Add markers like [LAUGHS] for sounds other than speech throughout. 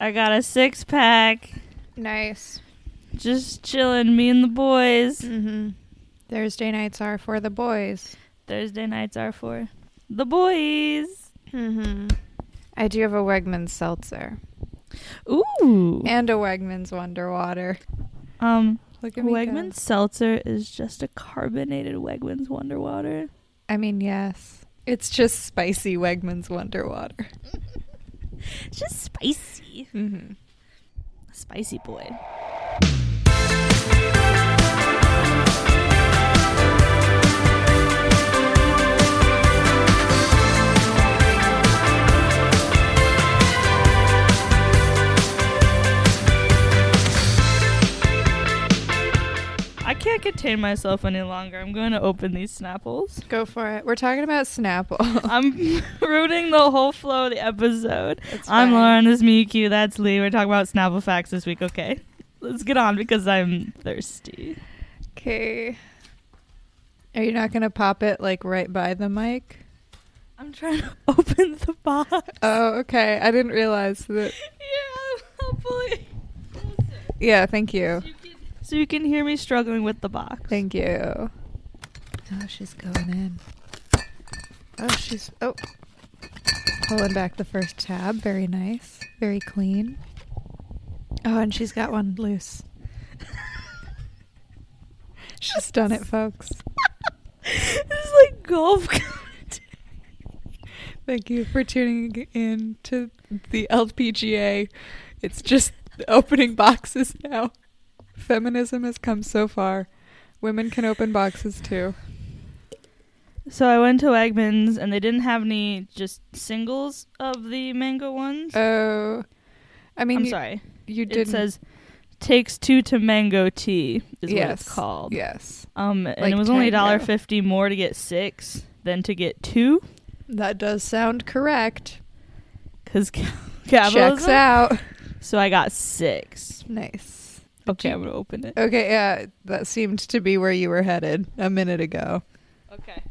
I got a six pack. Nice. Just chilling, me and the boys. Mm-hmm. Thursday nights are for the boys. Thursday nights are for the boys. Mm-hmm. I do have a Wegmans seltzer Ooh. and a Wegmans Wonder Water. um, Look at me go. Wegmans Seltzer is just a carbonated Wegmans Wonder Water. I mean, yes. It's just spicy Wegmans Wonder Water. It's just spicy. Mm-hmm. Spicy boy. I can't contain myself any longer. I'm going to open these Snapples. Go for it. We're talking about [LAUGHS] Snapple. I'm [LAUGHS] rooting the whole flow of the episode. It's I'm fine. Lauren. This is Miku. That's Lee. We're talking about Snapple facts this week. Okay, let's get on because I'm thirsty. Okay. Are you not going to pop it like right by the mic? I'm trying to [LAUGHS] open the box. Oh, okay. I didn't realize that. [LAUGHS] yeah, hopefully. Yeah, thank you. So you can hear me struggling with the box. [LAUGHS] Thank you. Oh, she's going in. Oh, she's oh pulling back the first tab. Very nice. Very clean. Oh, and she's got one loose. [LAUGHS] She's done it, folks. it's like golf. [LAUGHS] Thank you for tuning in to the LPGA. It's just opening boxes now. Feminism has come so far. Women can open boxes too. so I went to Wegmans and they didn't have any just singles of the mango ones. Oh, I mean, I'm you, sorry. you It didn't. says takes two to mango tea is what it's Yes. called. Yes. Um, and Like it was only Tango. $1.50 more to get six than to get two, That does sound correct. cause ca- [LAUGHS] capitalism. Checks out. So I got six. [LAUGHS] Nice. Okay, you- Uh, I'm gonna open it. Okay, yeah, that seemed to be where you were headed a minute ago. Okay,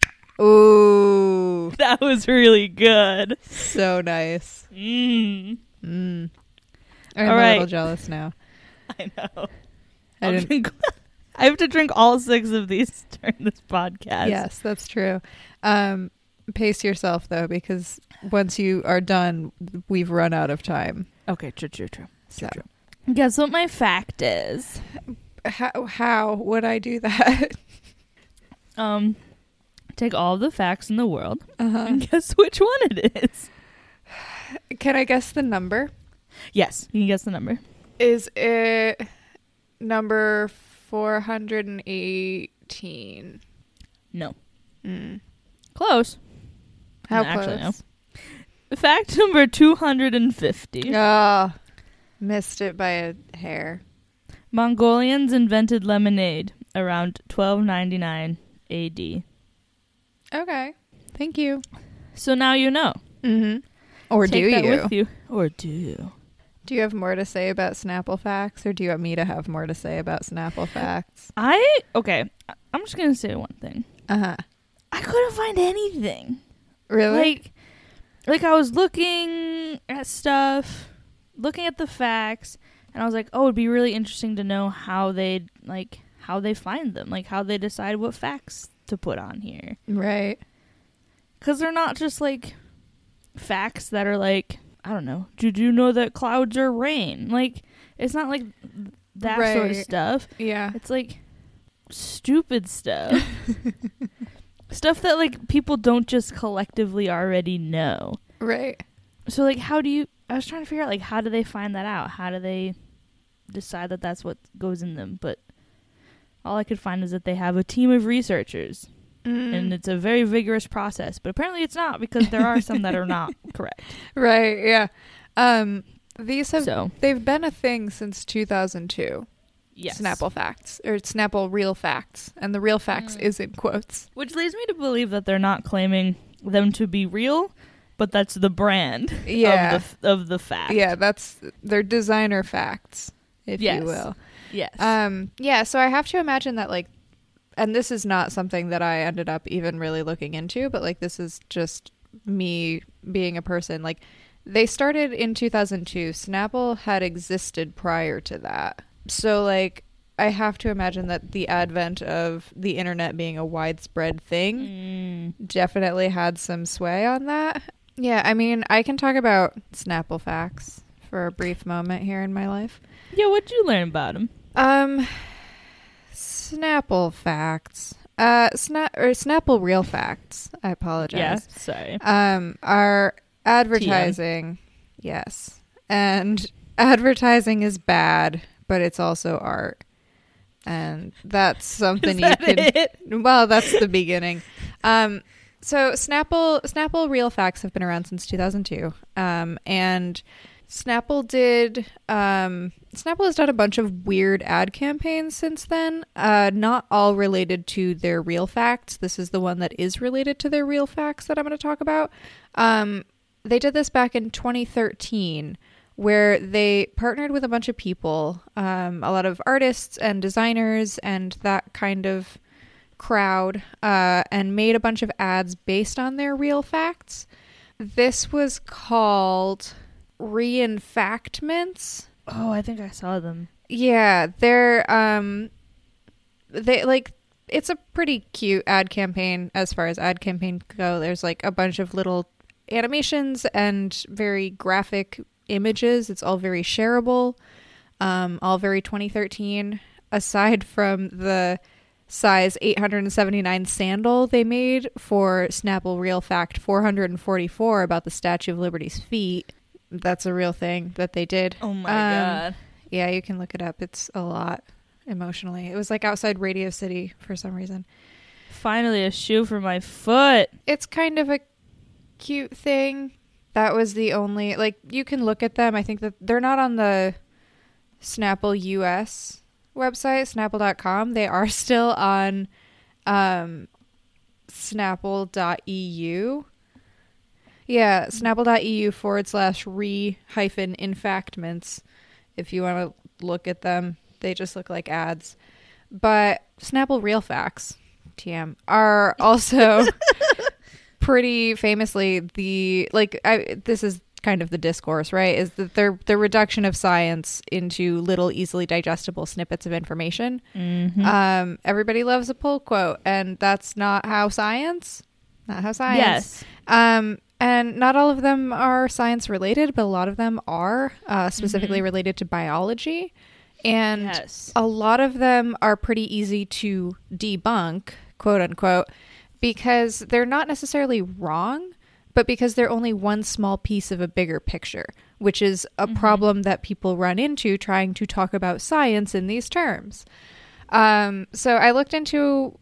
[LAUGHS] Ooh, that was really good. so nice. Mm, [LAUGHS] Mm. I'm All a right. little jealous now. I know. I I'll didn't. drink- [LAUGHS] I have to drink all six of these [LAUGHS] during this podcast. [LAUGHS] Yes, that's true. Um, pace yourself though, because once you are done, we've run out of time. Okay. True. True. True. So, Guess what my fact is. how, how would I do that? [LAUGHS] Um, take all the facts in the world Uh-huh. [LAUGHS] and [LAUGHS] guess which one it is. Can I guess the number? Yes, you can guess the number. Is it number 418? No. Mm. Close. How No, actually, close? Fact number 250. Ah, missed it by a hair. Mongolians invented lemonade around 1299 AD. Okay. Thank you. So now you know. Mm-hmm. Or Take do that you? with Or do you? Do you have more to say about Snapple facts, or do you want me to have more to say about Snapple facts? I, okay, I- I'm just going to say one thing. Uh huh. I couldn't find anything. Really? Like, like I was looking at stuff, looking at the facts, and I was like, oh, it'd be really interesting to know how they, like, how they find them, like how they decide what facts to put on here. right. because they're not just like facts that are like I don't know. Did you know that clouds are rain? Like it's not like that sort of Right. stuff. [LAUGHS] Yeah. It's like stupid stuff. stuff that like people don't just collectively already know. Right. So like how do you I was trying to figure out like how do they find that out? How do they decide that that's what goes in them? But all I could find is that they have a team of researchers Mm. and it's a very vigorous process. But apparently, it's not because there are some that are [LAUGHS] not correct. right. Yeah. Um. These have So they've been a thing since 2002. yes, Snapple facts or Snapple real facts, and the real facts Mm. is in quotes. which leads me to believe that they're not claiming them to be real, but that's the brand Yeah. of the of the fact. Yeah, that's their designer facts, if Yes. you will. yes, Um, yeah, so I have to imagine that like, and this is not something that I ended up even really looking into, but like this is just me being a person like. They started in 2002. Snapple had existed prior to that. So, like, I have to imagine that the advent of the internet being a widespread thing Mm. definitely had some sway on that. Yeah, I mean, I can talk about Snapple facts for a brief moment here in my life. Yeah, what'd you learn about him? Um, Snapple facts. Uh, sna- or Snapple real facts. I apologize Yeah, sorry. um, are advertising. Yes. And advertising is bad, but it's also art. And that's [LAUGHS] [LAUGHS] something Is that you can it? well, that's the beginning. Um, so Snapple Snapple Real Facts have been around since 2002, um, and Snapple did um, Snapple has done a bunch of weird ad campaigns since then. Uh, not all related to their real facts. This is the one that is related to their real facts that I'm going to talk about. Um, they did this back in 2013 where they partnered with a bunch of people, um, a lot of artists and designers and that kind of crowd, uh, and made a bunch of ads based on their real facts. This was called Reinfactments. Oh, I think I saw them. Yeah, they're um they like it's a pretty cute ad campaign as far as ad campaign go. There's like a bunch of little animations and very graphic images. It's all very shareable. Um all very 2013 aside from the size 879 sandal they made for Snapple Real Fact 444 about the Statue of Liberty's feet. That's a real thing that they did. Oh my Um, god. yeah, you can look it up. It's a lot emotionally. It was like outside Radio City for some reason. Finally, a shoe for my foot. It's kind of a cute thing. That was the only like you can look at them. I think that they're not on the Snapple US website, snapple.com. They are [LAUGHS] still on um snapple.eu. Yeah, snapple.eu forward slash re hyphen infactments. If you want to look at them, they just look like ads. But Snapple Real Facts, TM, are also pretty famously the like. I, this is kind of the discourse, right? Is that their the reduction of science into little easily digestible snippets of information. Mm-hmm. Um, everybody loves a pull quote, and that's not how science. Not how science. yes. Um, and not all of them are science related, but a lot of them are uh, specifically related to biology. And Mm-hmm. oh. Yes. a lot of them are pretty easy to debunk, quote unquote, because they're not necessarily wrong, but because they're only one small piece of a bigger picture, which is a problem that people run into trying to talk about science in these terms. Um, so I looked into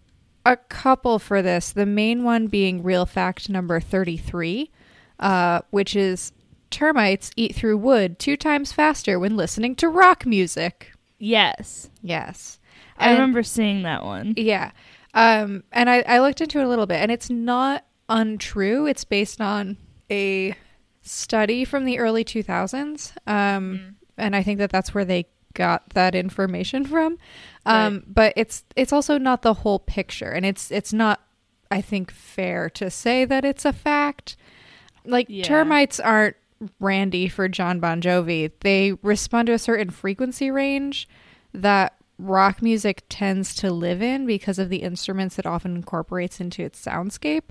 a couple for this, the main one being real fact number 33, uh, which is termites eat through wood two times faster when listening to rock music. Yes. Yes. I And- remember seeing that one. Yeah. Um, and I, I looked into it a little bit, and it's not untrue. It's based on a study from the early 2000s. Mm. Um, And I think that that's where they got that information from. Um, But it's it's also not the whole picture, and it's it's not, I think, fair to say that it's a fact. Like Yeah. termites aren't randy for John Bon Jovi. They respond to a certain frequency range that rock music tends to live in because of the instruments it often incorporates into its soundscape.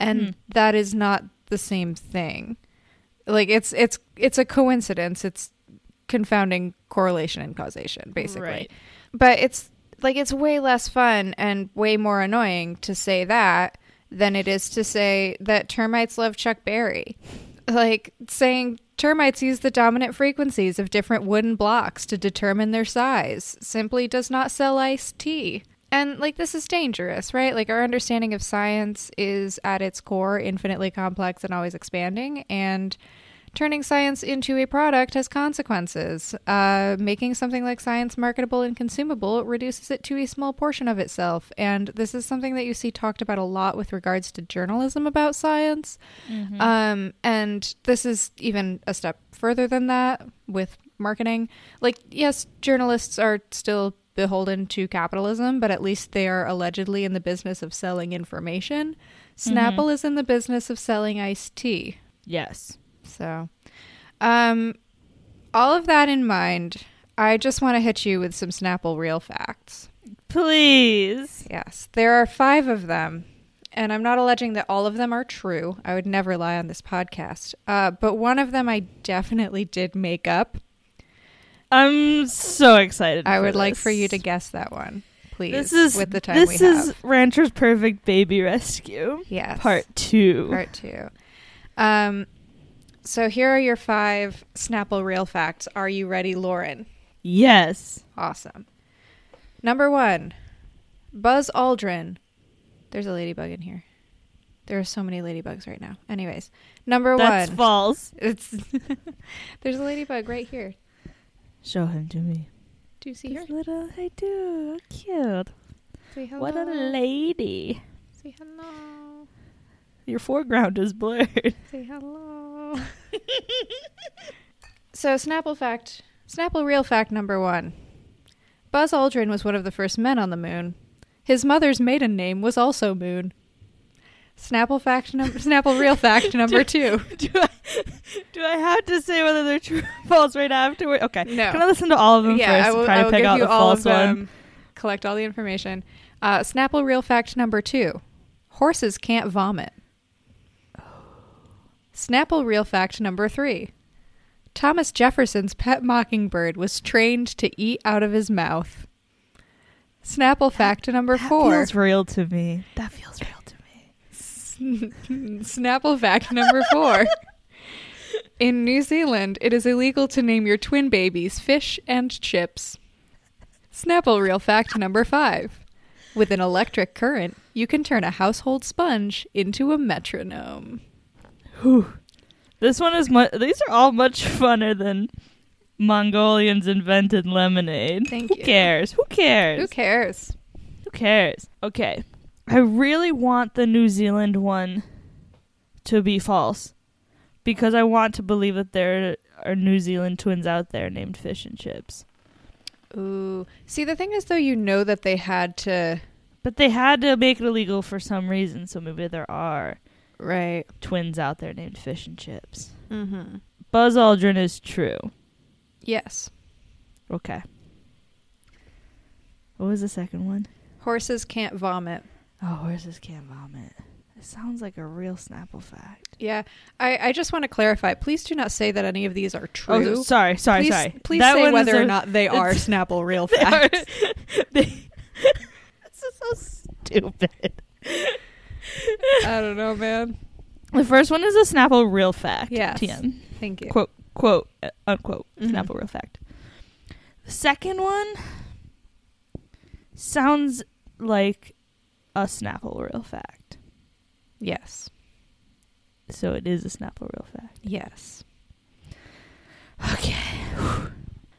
And that is not the same thing. Like it's it's it's a coincidence. It's confounding correlation and causation basically. Right. But it's like it's way less fun and way more annoying to say that than it is to say that termites love Chuck Berry. Like saying termites use the dominant frequencies of different wooden blocks to determine their size simply does not sell iced tea. And like this is dangerous, right? Like our understanding of science is at its core infinitely complex and always expanding and Turning science into a product has consequences. Uh, making something like science marketable and consumable reduces it to a small portion of itself. And this is something that you see talked about a lot with regards to journalism about science. Mm-hmm. Um, and this is even a step further than that with marketing. Like, yes, journalists are still beholden to capitalism, but at least they are allegedly in the business of selling information. Snapple is in the business of selling iced tea. Yes. So, um, all of that in mind, I just want to hit you with some Snapple real facts. Please. Yes, there are five of them, and I'm not alleging that all of them are true. I would never lie on this podcast. Uh, but one of them I definitely did make up. I'm so excited. I for would like this. for you to guess that one, please. This is with the time This we is have. Rancher's Perfect Baby Rescue Yes. Part Two. Part two. Um, so here are your five Snapple real facts. Are you ready, Lauren? Yes. Awesome. Number one, Buzz Aldrin. There's a ladybug in here. There are so many ladybugs right now. Anyways, number That's one. false. It's [LAUGHS] there's a ladybug right here. Show him to me. Do you see her? This Little, I do. Cute. Say hello. What a lady. Say hello. Your foreground is blurred. [LAUGHS] Say hello. so Snapple fact, Snapple real fact number one. Buzz Aldrin was one of the first men on the moon. His mother's maiden name was also Moon. Snapple fact number Snapple real [LAUGHS] fact number two. Do I, do I have to say whether they're true or false right afterward? Okay. No. Can I listen to all of them first? I and will, try I to will pick give out you the all false of them. one. Collect all the information. Uh, Snapple real fact number two: horses can't vomit. Snapple real fact number three: Thomas Jefferson's pet mockingbird was trained to eat out of his mouth. Snapple fact number that four. feels real to me. That feels real to me. Snapple fact number [LAUGHS] four. In New Zealand, it is illegal to name your twin babies fish and chips. Snapple real fact number five. With an electric current, you can turn a household sponge into a metronome. This one is much. These are all much funner than Mongolians invented lemonade. Thank Who you. cares? Who cares? Who cares? Who cares? Okay. I really want the New Zealand one to be false because I want to believe that there are New Zealand twins out there named Fish and Chips. Ooh. See, the thing is, though, you know that they had to. But they had to make it illegal for some reason, so maybe there are Right. twins out there named Fish and Chips. Mm-hmm. Buzz Aldrin is true. Yes. Okay. What was the second one? Horses can't vomit. Oh, where's this can vomit? It sounds like a real Snapple fact. Yeah. I, I just want to clarify. Please do not say that any of these are true. Oh, so- sorry, sorry, please, sorry. Please That say one is whether or a- not they [LAUGHS] [LAUGHS] are Snapple real They are- facts. [LAUGHS] they- this is so stupid. [LAUGHS] I don't know, man. The first one is a Snapple real fact. Yes. TM. Thank you. Quote, quote, uh, unquote. Mhm. Snapple real fact. The second one sounds like a Snapple real fact. Yes. So it is a Snapple real fact. Yes.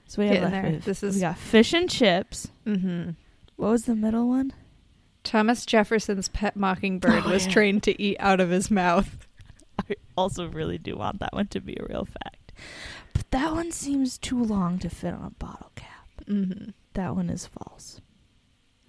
So we have Getting left there. with- This we is- got fish and chips. Mm-hmm. What was the middle one? Thomas Jefferson's pet mockingbird Oh, was yeah. trained to eat out of his mouth. I also really do want that one to be a real fact. But that one seems too long to fit on a bottle cap. Mm-hmm. That one is false.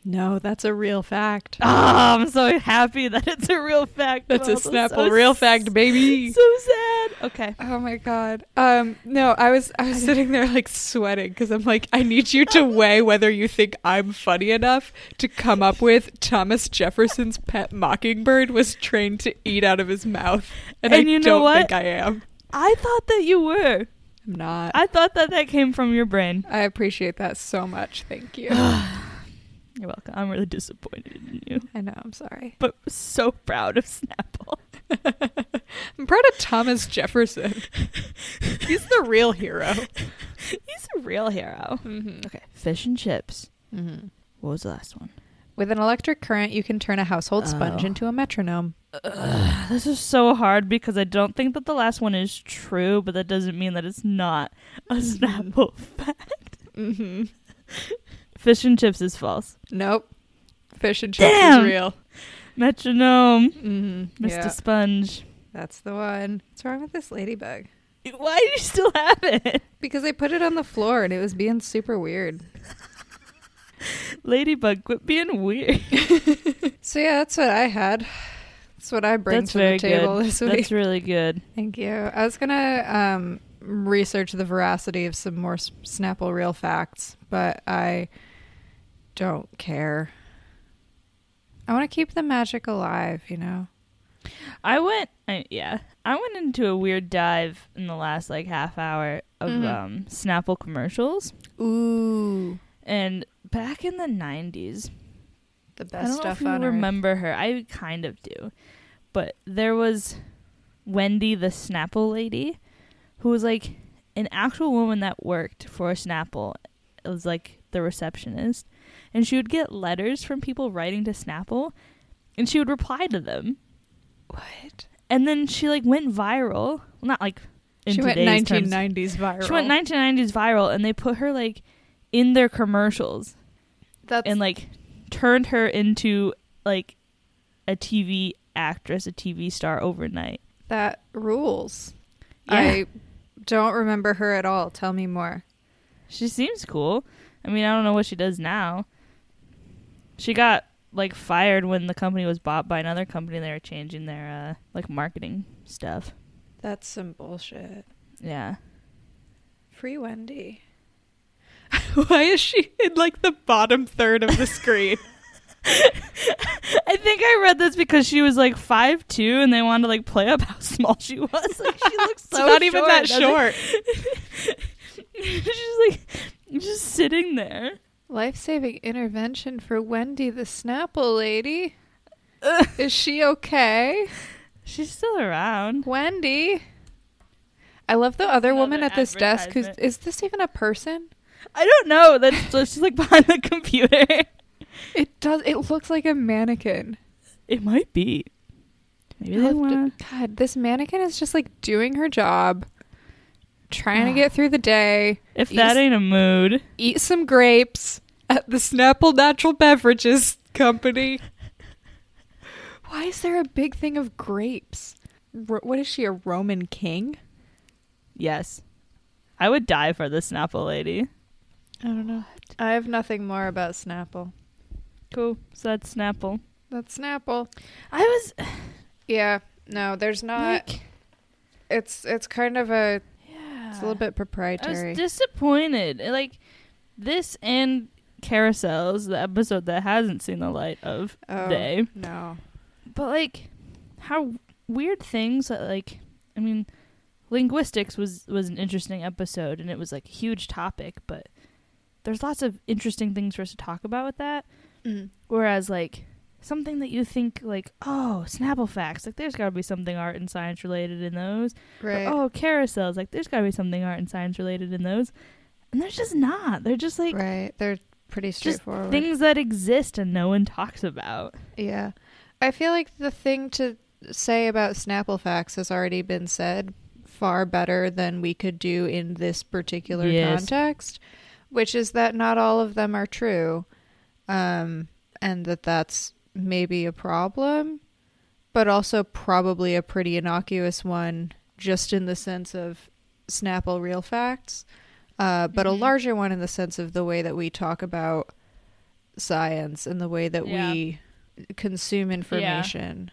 No, that's a real fact. Oh, I'm so happy that it's a real fact. but Ah, That's a also Snapple so real fact, baby. [LAUGHS] So sad. Okay. Oh my god. Um no, I was I was sitting there like sweating cuz I'm like I need you [LAUGHS] to weigh whether you think I'm funny enough to come up with Thomas Jefferson's pet mockingbird was trained to eat out of his mouth. And, And I you know don't what? think I am. I thought that you were. I'm not. I, I thought that that came from your brain. appreciate that so much. Thank [SIGHS] you. You're welcome. I'm really disappointed in you, I know, I'm sorry. [LAUGHS] but so proud of Snapple. [LAUGHS] I'm proud of Thomas Jefferson. [LAUGHS] He's the real hero. He's a real hero. Mm-hmm. Okay. Fish and chips. Mm-hmm. What was the last one? With an electric current, you can turn a household sponge Oh. into a metronome. Ugh, this is so hard because I don't think that the last one is true, but that doesn't mean that it's not [LAUGHS] a Snapple fact. Mm-hmm. Fish and chips is false. Nope. Fish and chips Damn. is real. Metronome, Mm-hmm. Mr. Yeah, Sponge. that's the one. What's wrong with this ladybug? Why do you still have it? Because I put it on the floor and it was being super weird. Ladybug, quit being weird. So yeah, that's what I had. That's what I bring That's to very the table good. this week. That's really good. [LAUGHS] Thank you. I was gonna um, research the veracity of some more S- Snapple real facts, but I don't care. I want to keep the magic alive, you know. I went, I, yeah, I went into a weird dive in the last like half hour of Mhm. um, Snapple commercials, Ooh, and back in the '90s, the I don't know if you remember her. I kind of do, but there was Wendy, the Snapple lady, who was like an actual woman that worked for Snapple. It was like the receptionist, and she would get letters from people writing to Snapple, and she would reply to them. What? and then she like went viral. Well, not like in she went today's terms. 1990s viral. She went 1990s viral, and they put her like in their commercials That's and like turned her into like a TV actress, a TV star overnight. that rules. Yeah, I don't remember her at all. Tell me more. she seems cool. I mean, I don't know what she does now. She got like fired when the company was bought by another company. They were changing their uh, like marketing stuff. That's some bullshit. Yeah. Free Wendy. [LAUGHS] Why is she in like the bottom third of [LAUGHS] the screen? [LAUGHS] I think I read this because she was like five two, and they wanted to like play up how small she was. Like [LAUGHS] she looks It's so not even that doesn't- short. [LAUGHS] She's like just sitting there. Life saving intervention for Wendy the Snapple lady. is she okay? She's still around. Wendy. I love the other woman Another at this desk who's advertisement. is this even a person? I don't know. [LAUGHS] That's that's just like behind the computer. It does it looks like a mannequin. It might be. Maybe How they d- want. God, this mannequin is just like doing her job, trying to get through the day. If you that s- ain't a mood, eat some grapes at the Snapple Natural Beverages [LAUGHS] Company. Why is there a big thing of grapes? Ro- what is she, a Roman king? yes, I would die for the Snapple lady. I don't know. I have nothing more about Snapple. Cool. So that's Snapple. Uh, That's Snapple. I was Yeah. No, there's not. like, it's it's kind of a yeah. it's a little bit I proprietary. was disappointed. Like this and carousels, the episode that hasn't seen the light of Oh. day. no. But like how weird things that like I mean linguistics was was an interesting episode and it was like a huge topic, but there's lots of interesting things for us to talk about with that. Mm. Whereas like something that you think like, oh, Snapple facts, like there's gotta be something art and science related in those. Or, Right. oh carousels like there's got to be something art and science related in those and there's just not they're just like right. They're pretty just straightforward. things that exist and no one talks about Yeah. I feel like the thing to say about Snapple facts has already been said far better than we could do in this particular Yes. context, which is that not all of them are true. Um, and that that's maybe a problem, but also probably a pretty innocuous one, just in the sense of Snapple real facts, uh, but a Mhm. larger one in the sense of the way that we talk about science and the way that we consume information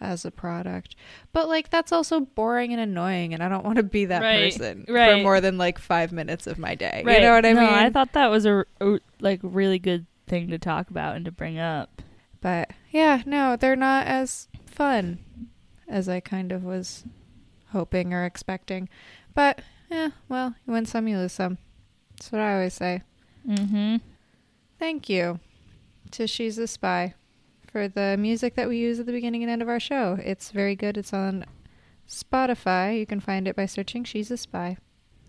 as a product. But like that's also boring and annoying and I don't want to be that Right, person for right. more than like 5 minutes of my day. You know what I no, mean? i thought that was a, a, like really good thing to talk about and to bring up but yeah, no, they're not as fun as I kind of was hoping or expecting. But yeah, well, you win some, you lose some. That's what I always say. mm-hmm Thank you to She's a Spy for the music that we use at the beginning and end of our show. It's very good. It's on Spotify. You can find it by searching She's a Spy.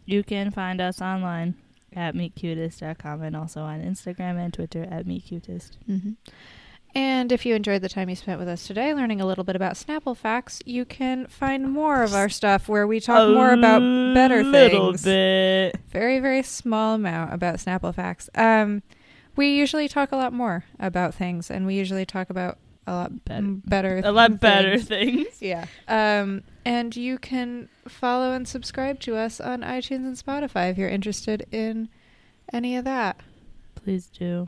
you can find us online at meetcutest.com and also on instagram and twitter at meetcutest Mm-hmm. And if you enjoyed the time you spent with us today learning a little bit about Snapple facts, you can find more of our stuff where we talk more about better little things. bit Very, very small amount about Snapple facts. Um, we usually talk a lot more about things, and we usually talk about a lot Better. better, better a lot better things. things Yeah. Um, and you can follow and subscribe to us on iTunes and Spotify if you're interested in any of that. please do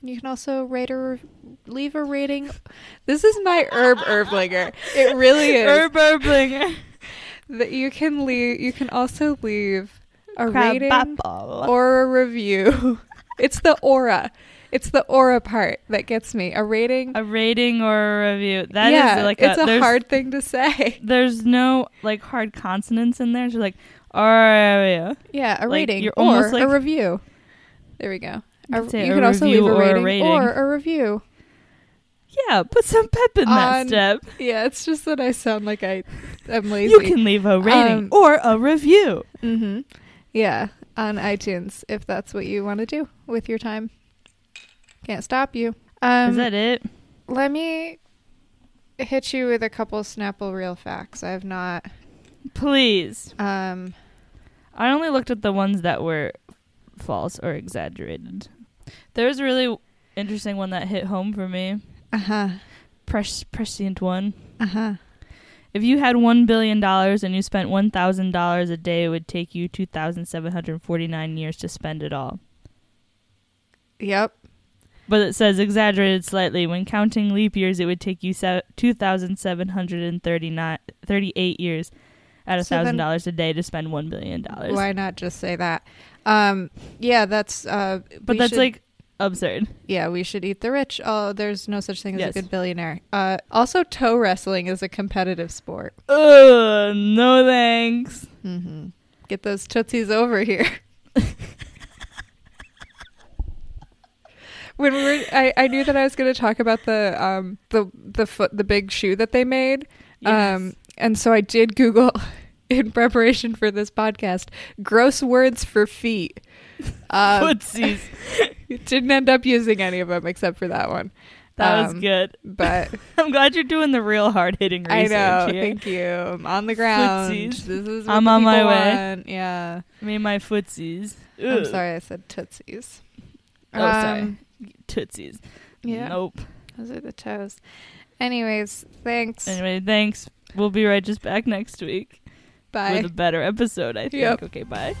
You can also rate or rev- leave a rating. [LAUGHS] This is my herb herblinger. It really is. Herb Erblinger. That you can leave. You can also leave a Crab rating apple. or a review. [LAUGHS] it's the aura. It's the aura part that gets me. A rating. a rating or a review. That is yeah, like it's a there's, hard thing to say. There's no like hard consonants in there. So like, or Yeah, a Like, rating you're or almost like- a review. There we go. A, That's it, you a can also leave review a or a rating, rating. or a review. yeah, put some pep in On that step. Yeah, it's just that I sound like I am lazy. You can leave a rating Um, or a review. Mm-hmm. Yeah, on iTunes if that's what you want to do with your time. Can't stop you. Um, is that it? Let me hit you with a couple Snapple real facts. I've not. Please. Um, I only looked at the ones that were false or exaggerated. There was a really interesting one that hit home for me. uh huh. Pres- prescient one. Uh huh. If you had one billion dollars and you spent one thousand dollars a day, it would take you two thousand seven hundred forty-nine years to spend it all. Yep. But it says exaggerated slightly. When counting leap years, it would take you se- two thousand seven hundred and thirty-nine, thirty-eight years at a So then- thousand dollars a day to spend one billion dollars. Why not just say that? Um, yeah, that's. Uh, But we that's should- like absurd. Yeah, we should eat the rich. Oh, there's no such thing as Yes. a good billionaire. Uh, also, toe wrestling is a competitive sport. Ugh, no thanks. Mm-hmm. Get those tootsies over here. when we were, I, I knew that I was going to talk about the um the the foot the big shoe that they made. Um, and so I did Google [LAUGHS] in preparation for this podcast gross words for feet. Um, [LAUGHS] Footsies. didn't end up using any of them except for that one. That um, was good. But I'm glad you're doing the real hard-hitting I research know. here. Thank you. I'm on the ground. Footsies. This is. What I'm the on my people way. want. Yeah. Me and my footsies. I'm Ugh. sorry, I said tootsies. Um, Oh, sorry. Tootsies. Yeah, Nope. those are the toes. Anyways, thanks. Anyway, thanks. We'll be right just back next week Bye. with a better episode, I think. Yep. Okay, bye.